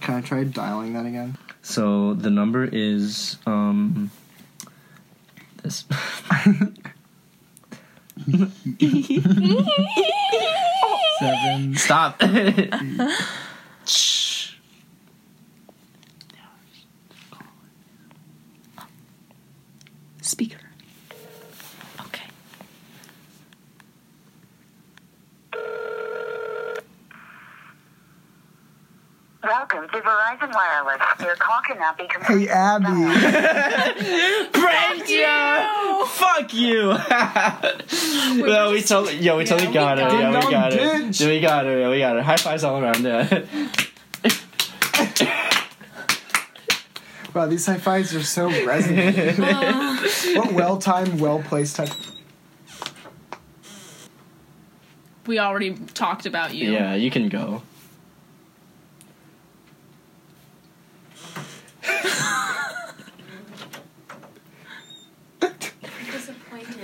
A: Can I try dialing that again?
B: So the number is um this.
C: Oh,
A: Seven.
B: Stop.
C: Speaker. Okay.
D: Welcome to Verizon Wireless. Your call cannot be completed.
A: Hey, Abby.
B: Pranked you. Fuck you. no, we totally, yo, we totally
C: we
B: got her.
C: got
B: Yeah,
A: her.
B: we got
A: Ding
B: her.
A: dong,
B: We got her. Yeah, we got her. High fives all around. Yeah.
A: Wow, these high fives are so resonant. what well timed, well placed type.
C: We already talked about you.
B: Yeah, you can go.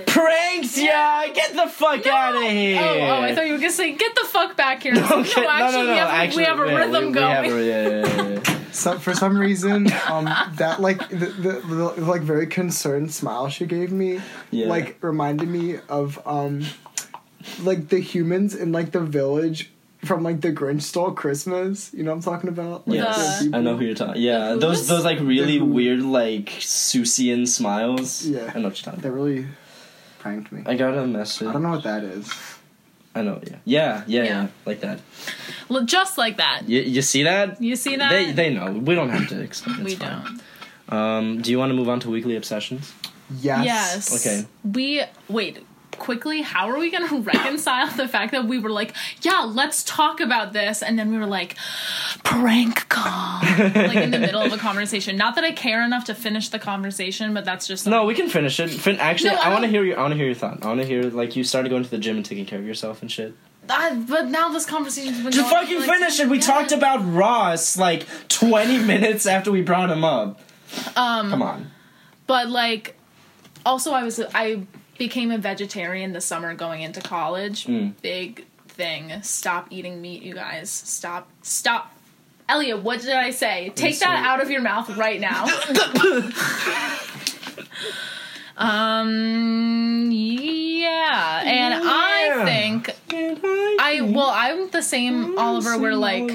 B: Pranked ya! Get the fuck out of here!
C: Oh, oh, I thought you were gonna say, get the fuck back here. no,
B: Okay,
C: actually, we, have, we have a
B: yeah,
C: rhythm
B: we- we
C: going.
B: have a- yeah, yeah, yeah, yeah.
A: So for some reason, um, that like the, the, the like very concerned smile she gave me,
B: Yeah.
A: like reminded me of um, like the humans in like the village from like the Grinch stole Christmas. You know what I'm talking about? Like,
B: Yes,
A: the
B: I know who you're talking. Yeah,
C: who
B: those
C: is-
B: those like really
A: who?
B: weird like Susian smiles.
A: Yeah.
B: I know what you're talking.
A: That
B: About.
A: really pranked me.
B: I got a message.
A: I don't know what that is.
B: I know. Yeah. Yeah. Yeah.
C: Yeah.
B: yeah like that.
C: Well, Just like that.
B: You, you see that?
C: You see that?
B: They they know. We don't have to explain.
C: we
B: It's fine.
C: don't.
B: Um, do you want to move on to weekly obsessions?
A: Yes.
C: Yes.
B: Okay.
C: We wait quickly. How are we going to reconcile the fact that we were like, yeah, let's talk about this, and then we were like, prank call, like in the middle of a conversation. Not that I care enough to finish the conversation, but that's just
B: No, we can finish it. Fin- actually,
C: No, I
B: I, want to
C: don't-
B: hear your. I want to hear your thought. I want to hear like you started going to the gym and taking care of yourself and shit.
C: Ah, but now this conversation's been
B: To
C: going on
B: fucking
C: for, like,
B: finish it, we
C: yeah.
B: talked about Ross like twenty minutes after we brought him up.
C: Um,
B: Come on.
C: but like also i was i became a vegetarian this summer going into college big thing stop eating meat you guys stop stop elliot what did i say take that
B: sorry.
C: out of your mouth right now Um, yeah. And I
B: Yeah.
C: think I well, I'm the same Oliver where like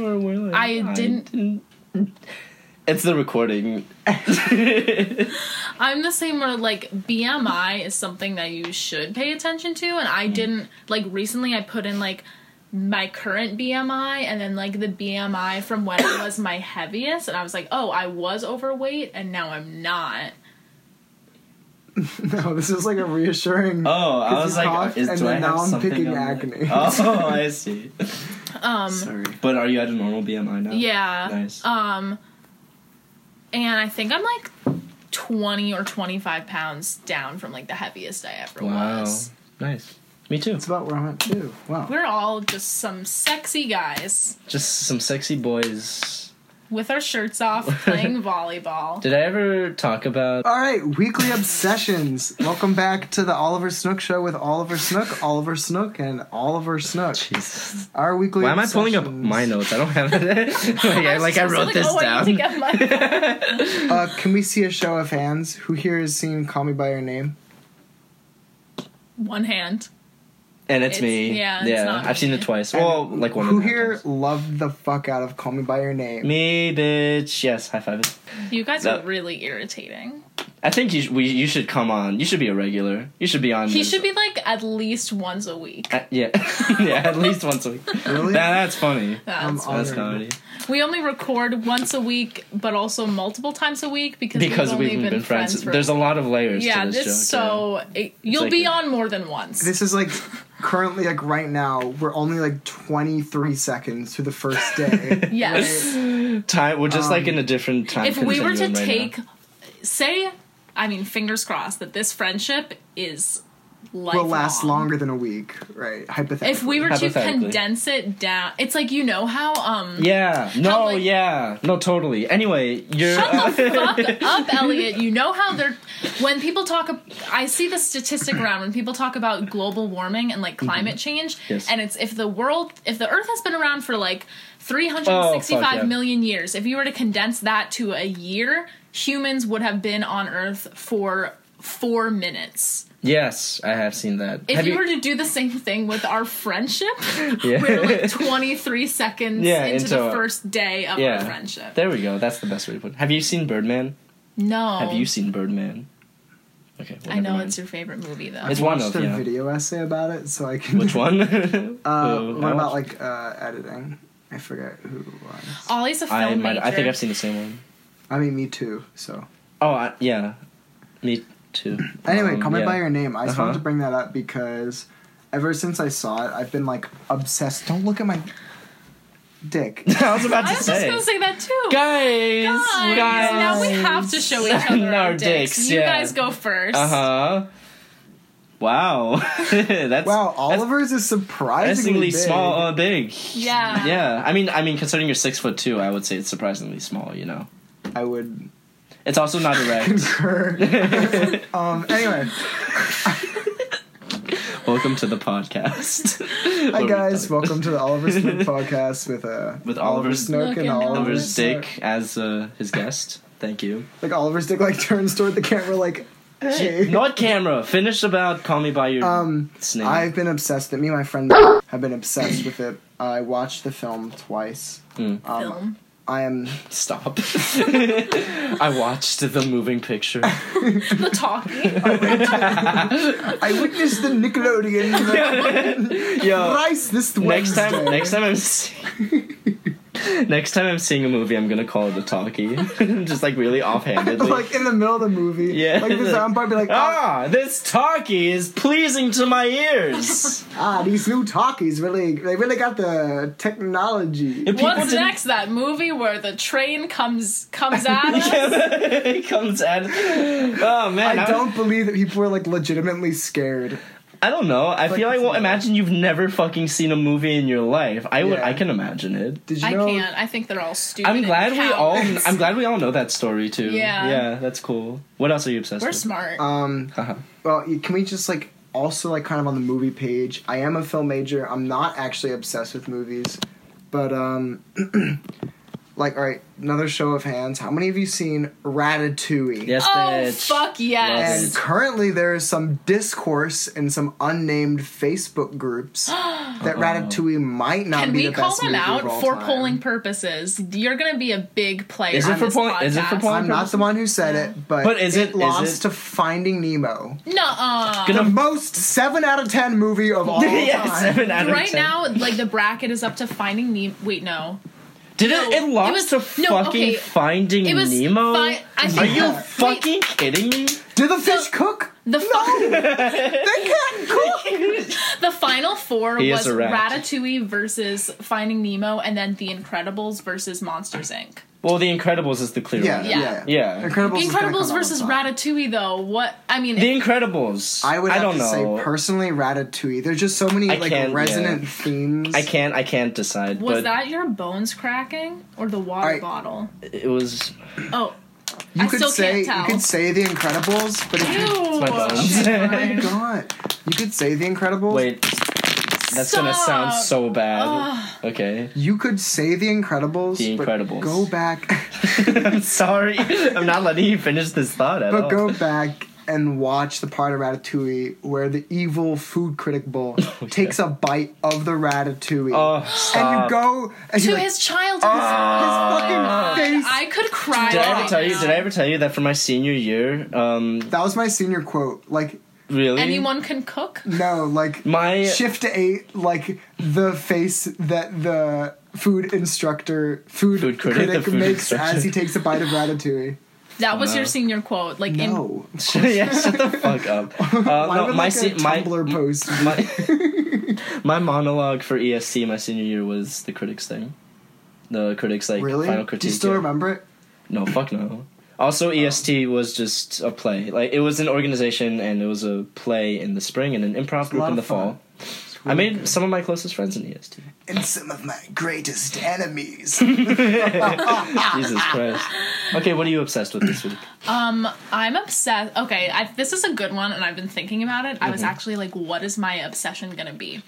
C: I didn't-
B: It's the recording. Oh,
C: I'm the same where like BMI is something that you should pay attention to and
B: Mm.
C: I didn't like recently I put in like my current BMI and then like the BMI from when it was my heaviest and I was like, "Oh, I was overweight and now I'm not."
A: No, this is like a reassuring.
B: Oh, I
A: 'Cause
B: was
A: you
B: like,
A: coughed,
B: is,
A: and
B: do I
A: then
B: have
A: now I'm
B: something
A: picking
B: on the-
A: acne.
B: Oh, I see.
C: Um
A: Sorry.
B: But are you at a normal BMI now?
C: yeah.
B: Nice.
C: Um and I think I'm like 20 or 25 pounds down from like the heaviest I ever
B: wow.
C: was.
B: Nice. Me too.
A: It's about where I'm at too. Wow.
C: We're all just some sexy guys
B: Just some sexy boys.
C: with our shirts off playing volleyball.
B: Did I ever talk about?
A: All right, weekly obsessions. Welcome back to the Oliver Snook Show with Oliver Snook, Oliver Snook, and Oliver Snook.
B: Jesus.
A: Our weekly.
B: Why am I pulling up
A: obsessions.
B: my notes? I don't have it. like, I,
C: was
B: like I
C: just
B: wrote this
C: oh, I need to
B: down.
C: get my-
A: Uh, can we see a show of hands? Who here has seen Call Me by Your Name?
C: One hand.
B: and it's,
C: It's-
B: me.
C: yeah,
B: Yeah,
C: it's not
B: I've seen
C: me.
B: it twice. Well,
A: And
B: like one.
A: Who
B: and a half
A: here
B: times.
A: loved the fuck out of Call Me by Your Name?
B: Me, bitch. Yes, high five. it.
C: You guys
B: No.
C: are really irritating.
B: I think you sh- we you should come on. You should be a regular. You should be on.
C: He
B: this-
C: should be like at least once a week.
B: Uh, yeah, yeah. At least once a week.
A: Really?
B: Nah, that's funny.
A: I'm
C: That's-
B: That's
A: honored.
B: comedy.
C: we only record once a week, but also multiple times a week because,
B: Because
C: we've
B: we've
C: only
B: been, friends.
C: for
B: There's a lot of layers.
C: yeah,
B: to this,
C: this,
B: joke,
C: so it, you'll
B: like
C: be
B: a-
C: on more than once.
A: This is like currently, like right now, we're only like 23 seconds through the first day.
C: yes.
B: yeah. time. We're just
A: Um,
B: like in a different time.
C: if we were to
B: continuum right now.
C: take say i mean fingers crossed that this friendship is lifelong.
A: Will last longer than a week, right? Hypothetically.
C: if we were to
B: Hypothetically.
C: condense it down it's like you know how um
B: Yeah. No.
C: like-
B: yeah. No. Totally. Anyway, you're.
C: Shut the fuck up, Elliot. You know how they're when people talk. I see the statistic around when people talk about global warming and like climate change,
B: Mm-hmm. Yes.
C: and it's if the world, if the Earth has been around for like three hundred
B: Oh,
C: and
B: fuck, yeah.
C: sixty-five million years, if you were to condense that to a year, humans would have been on Earth for four minutes.
B: yes, I have seen that.
C: If
B: have
C: you, were to do the same thing with our friendship,
B: Yeah.
C: we're like twenty-three seconds
B: Yeah,
C: into,
B: into
C: the
B: a-
C: first day of
B: yeah.
C: our friendship.
B: There we go. That's the best way to put it. Have you seen Birdman?
C: no,
B: Have you seen Birdman? Okay. well,
C: I
B: never
C: know
B: mind.
C: it's your favorite movie though.
B: It's one
A: watched
B: of
A: a
B: yeah.
A: video essay about it, so I can.
B: Which one? Oh,
A: Uh,
B: Who I
A: what about
B: watched?
A: like uh, editing? I forget who it was.
C: Ollie's a film
B: I might. I think
C: major.
B: I've seen the same one.
A: I mean, me too. So
B: Oh I, yeah, me too.
A: anyway,
B: Um,
A: call me
B: yeah.
A: by your name. I just wanted
B: Uh-huh.
A: to bring that up because ever since I saw it, I've been like obsessed. Don't look at my dick.
B: I was about
C: I
B: to
C: was
B: say.
C: just gonna say that too.
B: guys,
C: Guys,
B: guys.
C: now we have to show each other
B: Our
C: our dicks.
B: dicks,
C: You
B: yeah.
C: guys go first.
B: Uh huh. Wow. that's
A: Wow,
B: that's
A: Oliver's is surprisingly
B: surprisingly
A: big.
B: small. Uh, big.
C: Yeah.
B: Yeah. I mean, I mean, considering you're six foot two, I would say it's surprisingly small. You know,
A: I would
B: it's also not erect.
A: concur. um. Anyway,
B: Welcome to the podcast. What
A: hi
B: were we
A: guys,
B: talking-
A: welcome to the Oliver Snook podcast with uh
B: With
A: Oliver
B: Oliver's-
A: Snook and
C: Look at
A: Oliver
B: Oliver's
A: Snook.
B: dick as uh, his guest. Thank you.
A: Like Oliver's dick, like turns toward the camera, like. Hey.
B: Not camera. Finish about call me by your
A: Um,
B: snake.
A: I've been obsessed. That me and my friend have been obsessed with it. I watched the film twice.
B: Mm.
A: Um,
C: Film.
A: I am
B: Stop. I watched the moving picture.
C: The talkie.
A: I witnessed the Nickelodeon
B: Yo,
A: price this
B: next
A: Wednesday.
B: time, next time I'm. See- Next time I'm seeing a movie, I'm gonna call it a talkie, just like really offhandedly.
A: like in the middle of the movie,
B: Yeah.
A: Like the sound part, be like, ah,
B: ah, this talkie is pleasing to my ears.
A: ah, these new talkies really, they really got the technology.
B: If people
C: What's
B: didn't-
C: next? That movie where the train comes comes at us.
B: it comes at. Oh man,
A: I
B: I
A: don't believe that people were like legitimately scared.
B: I don't know. I feel like
A: it's
B: well,
A: not-
B: imagine you've never fucking seen a movie in your life. I would.
A: Yeah.
B: I can imagine it.
A: Did you
C: I
A: know?
C: can't. I think they're all stupid.
B: I'm
C: and
B: glad we all.
C: cowards.
B: I'm glad we all know that story too.
C: Yeah.
B: yeah, that's cool. What else are you obsessed
C: We're
B: with?
C: smart.
A: Um,
B: Haha.
A: well, you- can we just like also like kind of on the movie page? I am a film major. I'm not actually obsessed with movies, but um, Like, all right, another show of hands. How many of you seen Ratatouille?
B: Yes,
C: Oh
B: bitch.
C: fuck yes.
A: And currently, there is some discourse in some unnamed Facebook groups that Ratatouille might not
C: Can
A: be
C: we
A: the
C: call
A: best
C: them
A: movie
C: out
A: of all
C: for
A: time.
C: polling purposes? You're gonna be a big player.
B: Is it
C: on
B: for
C: this
B: polling- is it for
C: podcast.
B: polling
A: I'm not the one who said it, but,
B: But is it- is
A: lost
B: it-
A: to Finding Nemo,
C: Nuh-uh.
A: the
B: Gonna-
A: most seven out of ten movie of all
B: yeah,
A: time.
B: seven out of
C: Right
B: ten.
C: now, like the bracket is up to Finding Nemo. Wait, no,
B: did
C: no,
B: it? It
C: it
B: lost
C: was-
B: to
C: no,
B: fucking
C: okay.
B: Finding
C: it was
B: Nemo.
C: Fi- I
B: Are
C: think
B: you
A: Yeah.
B: fucking kidding me?
A: Did the fish cook?
C: the fi-
A: They can't cook.
C: the final four
B: He is
C: was
B: a rat.
C: Ratatouille versus Finding Nemo, and then The Incredibles versus Monsters Inc.
B: Well, The Incredibles is the clear
A: Yeah,
B: one.
C: Yeah.
A: yeah,
B: Yeah.
A: Incredibles,
C: The
A: is gonna
C: Incredibles
A: come out
C: versus
A: on top.
C: Ratatouille, though, what I mean,
B: The Incredibles.
A: I would have
B: don't
A: to
B: know.
A: say personally Ratatouille. There's just so many
B: I
A: like
B: can't, yeah.
A: resonant themes.
B: I can't. I can't decide.
C: was
B: but
C: that your bones cracking or the water
A: Alright.
C: bottle?
B: It was.
C: Oh,
A: You
C: I
A: could
C: still
A: say
C: can't tell.
A: you could say The Incredibles, but if you
C: Ew.
B: my bones.
C: Okay,
A: my
C: fine.
A: god, you could say The Incredibles.
B: Wait, that's gonna sound
C: Stop.
B: so bad. Okay.
A: You could say The Incredibles.
B: The
A: but
B: Incredibles.
A: go back,
B: I'm sorry. I'm not letting you finish this thought at
A: but
B: all.
A: go back and watch the part of Ratatouille where the evil food critic bull takes a bite of the Ratatouille,
B: Oh,
A: and you
B: stop.
A: go and
C: To
A: you're like,
C: his child.
B: Oh,
A: his fucking Ah, face.
C: I could cry.
B: Did I
C: right
B: ever tell you?
C: now.
B: Did I ever tell you that for my senior year? Um,
A: that was my senior quote. Like
B: really?
C: Anyone can cook.
A: no, like
B: My
A: shift to eight like the face that the food instructor food,
B: Food critic,
A: critic,
B: the food
A: makes
B: instructor.
A: as he takes a bite of ratatouille
C: That was
B: Wow.
C: your senior quote. Like in
A: no
B: yeah, shut the fuck up. Uh,
A: why
B: no,
A: would
B: my
A: like
B: se-
A: a
B: my
A: tumblr post
B: my my monologue for ESC my senior year was the critics thing. The critics like
A: really
B: final
A: do
B: critique.
A: you still
B: yeah.
A: remember Oh. it
B: No, fuck no. Also, EST was just a play. Like it was an organization, and it was a play in the spring and an improv group
A: lot
B: in the
A: of
B: fall.
A: fun.
B: I made some of my closest friends in E EST.
A: and some of my greatest enemies
B: Jesus Christ. Okay, what are you obsessed with this week?
C: I'm obsessed. Okay, I, this is a good one, and I've been thinking about it. I was actually like, what is my obsession gonna be?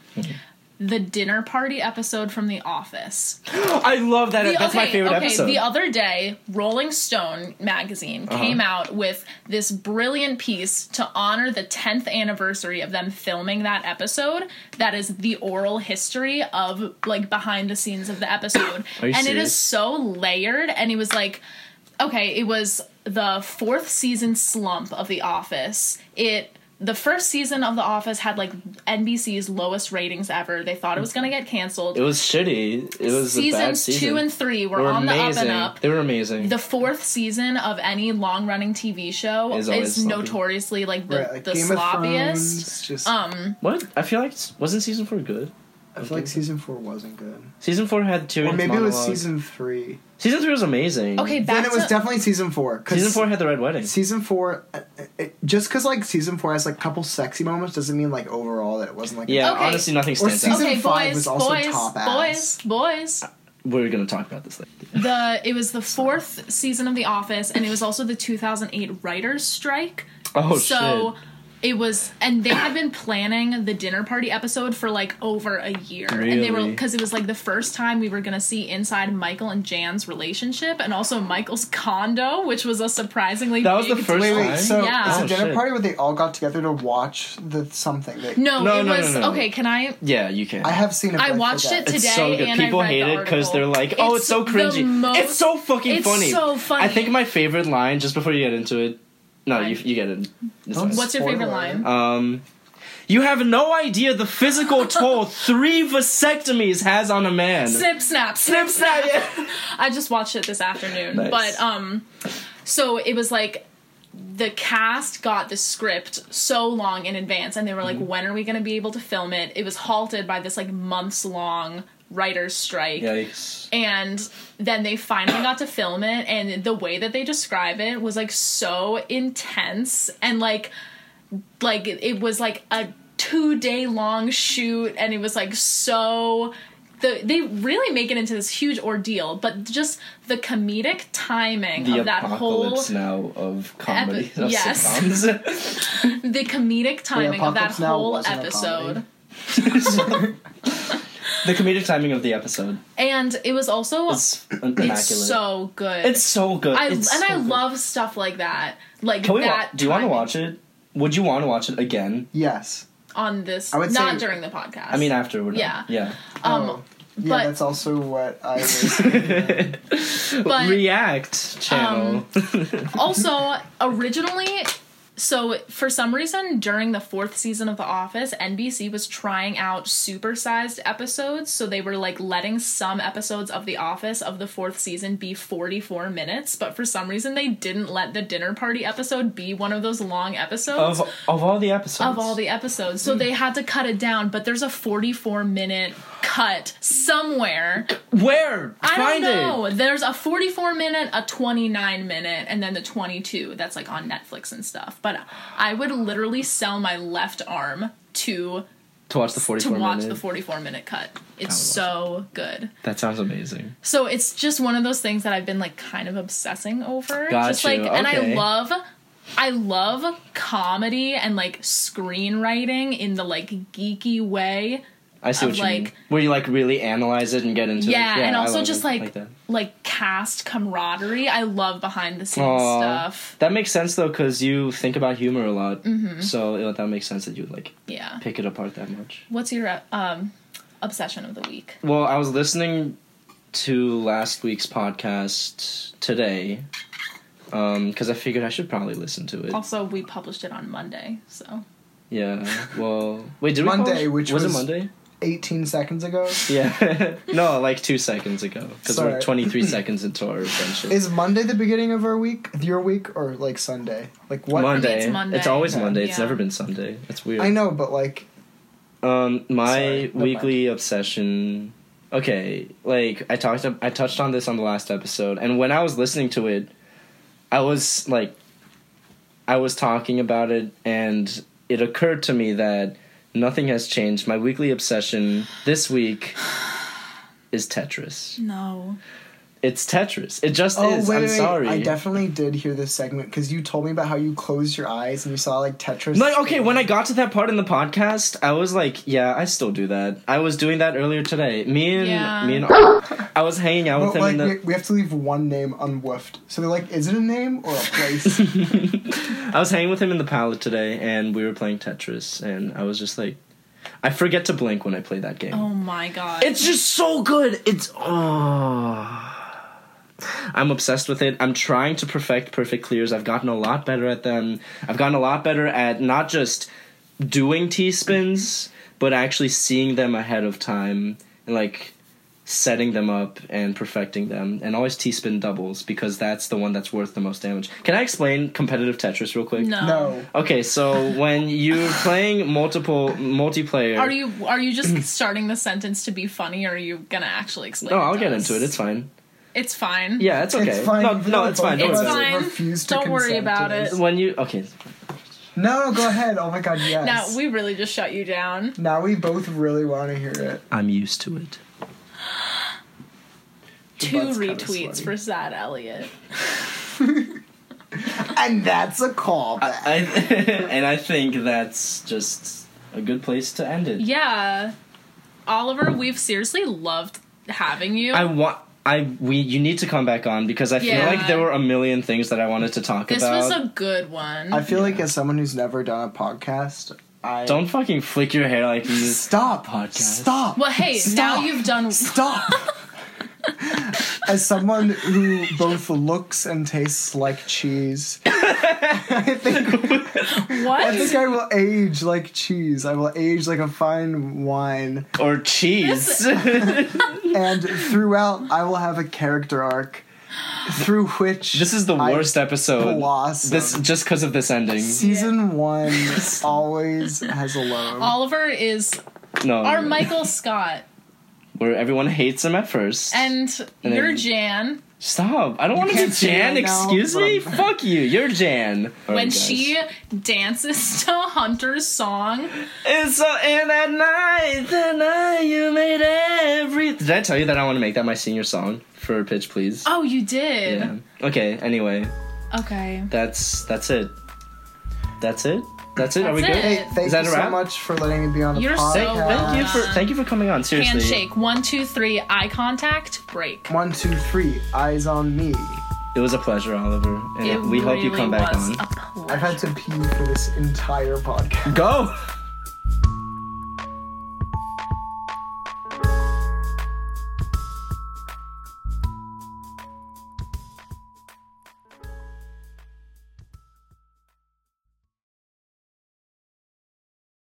C: The dinner party episode from The Office.
B: I love that.
C: The-
B: That's my favorite
C: okay,
B: episode. Uh-huh.
C: The other day, Rolling Stone magazine came out with this brilliant piece to honor the 10th anniversary of them filming that episode. That is the oral history of like behind the scenes of the episode.
B: Are you
C: and it
B: serious?
C: is so layered and it was like okay, it was the fourth season slump of The Office. It the first season of The Office had like NBC's lowest ratings ever. They thought it was going to get canceled
B: it was shitty. It was a bad
C: seasons
B: season.
C: two and three were,
B: They were
C: on
B: amazing.
C: the up and up.
B: They were amazing.
C: The fourth season of any long running TV show
B: Is
C: is,
B: always sloppy.
C: notoriously like the,
A: Right, like
C: the Oh.
A: Game of
C: sloppiest. Um,
A: Thrones, just
B: what? I feel like s- wasn't season four good.
A: i feel like season four wasn't good
B: Season four had two.
A: or maybe it was season three
B: Season three was amazing.
C: Okay, back
A: then it was
C: to
A: definitely season four 'cause
B: Season four had the red wedding.
A: season four uh, it, just because like season four has like a couple sexy moments doesn't mean like overall that it wasn't like
B: yeah,
C: Okay.
B: honestly, nothing
A: Or
B: stands out.
A: season-
C: okay,
A: five
C: boys,
A: was also
C: boys,
A: top
C: boys,
A: ass.
C: boys.
B: We're gonna talk about this later.
C: The it was the fourth season of The Office, and it was also the 2008 writers' strike.
B: Oh
C: so
B: shit!
C: it was and they had been planning the dinner party episode for like over a year and they were
B: Really?
C: because it was like the first time we were gonna see inside michael and jan's relationship and also michael's condo which was a surprisingly
B: That was
C: big
B: the first
A: Wait,
C: deal.
A: wait.
B: Right?
A: So
C: Yeah.
A: it's
B: Oh,
A: a dinner
B: shit.
A: party where they all got together to watch the something. They,
C: no,
B: No, no,
C: it
B: no,
C: was
B: no, no.
C: okay can i
B: Yeah, you can.
A: I have seen it. but
C: I
A: forget.
C: watched it today
B: It's so good.
C: and
B: People
C: I read
B: hate
C: the
B: it because they're like,
C: article.
B: "Oh, it's, so
C: the
B: cringy.
C: most-
B: it's so fucking
C: it's
B: funny."
C: so funny.
B: I think my favorite line, just before you get into it, no, you you get it. It's
A: Don't
B: fine.
C: what's your favorite
A: Spoiler.
C: line
B: Um, you have no idea the physical toll three vasectomies has on a man.
C: snip snap snip snap I just watched it this afternoon.
B: Nice.
C: But um so it was like the cast got the script so long in advance and they were like when are we going to be able to film it? It was halted by this like months long writers strike.
B: Yikes.
C: And then they finally got to film it and the way that they describe it was like so intense and like like it was like a 2 day long shoot and it was like so the, they really make it into this huge ordeal, but just the comedic timing
B: The
C: of that whole
B: apocalypse now of comedy.
C: epi-
B: of
C: yes.
B: sitcoms.
C: the comedic timing of
A: Apocalypse
C: that
A: Now
C: whole
A: wasn't a
C: episode.
B: The comedic timing of the episode
C: And it was also it's,
B: is immaculate.
C: so good.
B: It's so good.
C: I,
B: It's
C: and
B: so
C: I
B: good.
C: love stuff like that. Like
B: Can we? Wa-
C: that.
B: do you want to
C: timing
B: watch it? Would you want to watch it again?
A: Yes.
C: on this?
A: I would
C: not
A: say-
C: during the podcast.
B: I mean, after we're done.
C: Yeah.
B: Yeah.
C: um,
A: Oh. Yeah,
C: but-
A: that's also what I was.
C: but
B: React channel.
C: Um, also originally so for some reason during the fourth season of the office nbc was trying out supersized episodes so they were like letting some episodes of the office of the fourth season be 44 minutes but for some reason they didn't let the dinner party episode be one of those long episodes
B: of of all the episodes.
C: of all the episodes so they had to cut it down but there's a 44 minute cut somewhere
B: where
C: I
B: find
C: don't know.
B: it.
C: There's a 44 minute, a 29 minute, and then the 22 that's like on Netflix and stuff. But I would literally sell my left arm to
B: to watch the
C: to
B: forty-four
C: watch
B: minute.
C: the 44 minute cut. It's
B: was
C: so good.
B: that sounds amazing.
C: So it's just one of those things that I've been like kind of obsessing over.
B: Got
C: just
B: you,
C: like and I
B: okay.
C: love I love comedy and like screenwriting in the like geeky way.
B: I see
C: of,
B: what you mean.
C: like-
B: Where you like really analyze it and get into
C: yeah,
B: it.
C: and
B: I
C: also
B: love
C: just
B: it
C: like like,
B: that.
C: cast camaraderie. I love behind the scenes
B: Aw.
C: stuff.
B: That makes sense though, because you think about humor a lot.
C: Mm-hmm.
B: So you know, that makes sense that you would like
C: Yeah.
B: pick it apart that much.
C: What's your um obsession of the week?
B: Well, I was listening to last week's podcast today because I figured I should probably listen to it.
C: Also, we published it on Monday, so
B: Yeah. Well, wait, did
A: Monday,
B: we publish-
A: which
B: was,
A: was-
B: it Monday?
A: 18 seconds ago.
B: Yeah. no, like two seconds ago, because we're
A: Sorry.
B: 23 seconds into our friendship.
A: Is Monday the beginning of our week, your week, or like Sunday? Like what?
B: Monday.
C: it's Monday.
B: always
A: Yeah.
B: Monday. It's
C: Yeah.
B: never been Sunday. It's weird.
A: I know, but like
B: Um, my
A: Sorry, no
B: weekly obsession. Okay, like I talked, I touched on this on the last episode, and when I was listening to it, I was like, I was talking about it, and it occurred to me that nothing has changed. My weekly obsession this week is Tetris.
C: no.
B: It's Tetris. It just
A: Oh
B: is.
A: wait,
B: I'm
A: wait, wait.
B: sorry.
A: I definitely did hear this segment because you told me about how you closed your eyes and you saw like Tetris.
B: Like okay, when I got to that part in the podcast, I was like, yeah, I still do that. I was doing that earlier today. Me and
C: Yeah.
B: me and I was hanging out with
A: But,
B: him
A: like
B: in the
A: we, we have to leave one name unwoofed. So they're like, is it a name or a place?
B: I was hanging with him in the pallet today, and we were playing Tetris, and I was just like, I forget to blink when I play that game.
C: Oh my god.
B: It's just so good. It's oh, I'm obsessed with it. I'm trying to perfect perfect clears. I've gotten a lot better at them. I've gotten a lot better at not just doing T spins, but actually seeing them ahead of time and like setting them up and perfecting them and always t-spin doubles because that's the one that's worth the most damage can i explain competitive tetris real quick
C: no.
A: no.
B: Okay, so when you're playing multiple multiplayer,
C: Are you are you just starting the sentence to be funny or are you gonna actually explain?
B: No,
C: it
B: I'll
C: to
B: get
C: us?
B: into it. It's fine.
C: It's fine.
B: Yeah, it's okay.
A: It's fine.
B: No, no, it's fine. Don't
C: It's
B: worry about
C: fine.
A: Refuse to
C: Don't worry
A: consent to
C: about
A: this.
C: it.
B: When you okay,
A: No, go ahead. Oh my god, yes.
C: Now we really just shut you down.
A: now we both really want to hear it.
B: I'm used to it.
C: Two
A: butt's kinda
C: retweets
A: sweaty.
C: for Sad Elliott.
A: And that's a callback.
B: I and I think that's just a good place to end it.
C: Yeah. Oliver, we've seriously loved having you.
B: I want. I we you need to come back on because I feel
C: Yeah.
B: like there were a million things that I wanted to talk
C: this
B: about.
C: was a good one.
A: I feel like as someone who's never done a podcast, I
B: Don't fucking flick your hair like this.
A: stop
B: Podcast.
A: Stop.
C: Well, hey,
A: Stop.
C: now you've done.
A: Stop. As someone who both looks and tastes like cheese, I think I
C: What?
A: think I will age like cheese. I will age like a fine wine,
B: or cheese.
A: and throughout, I will have a character arc through which
B: this is the
A: I
B: worst episode.
A: blossom.
B: This just because of this ending.
A: Season one always has a low.
C: Oliver is
B: No,
C: our
B: no.
C: Michael Scott,
B: where everyone hates him at first.
C: and
B: And
C: you're
B: then-
C: Jan.
B: Stop! I don't want to be
A: can't say
B: Jan.
A: right now,
B: excuse
A: but
B: me.
A: I'm-
B: Fuck you. You're Jan.
C: When she dances to Hunter's song,
B: it's so in that night, that night you made every. Did I tell you that I want to make that my senior song for Pitch Please?
C: oh, you did.
B: Yeah. Okay. Anyway,
C: Okay.
B: that's that's it. That's it. That's it. Are we
C: That's
B: good?
C: it.
A: Hey, thank
B: Is that
A: you
B: a
A: so
B: wrap?
A: much for letting me be on the
C: You're so
A: podcast.
B: Thank, thank you for thank you for coming on. Seriously.
C: Handshake. One, two, three. Eye contact. Break.
A: One, two, three. Eyes on me.
B: It was a pleasure, Oliver. And
C: It
B: we hope you
C: really
B: come back
C: was Oh.
B: on.
C: a
A: I've had to pee for this entire podcast.
B: Go!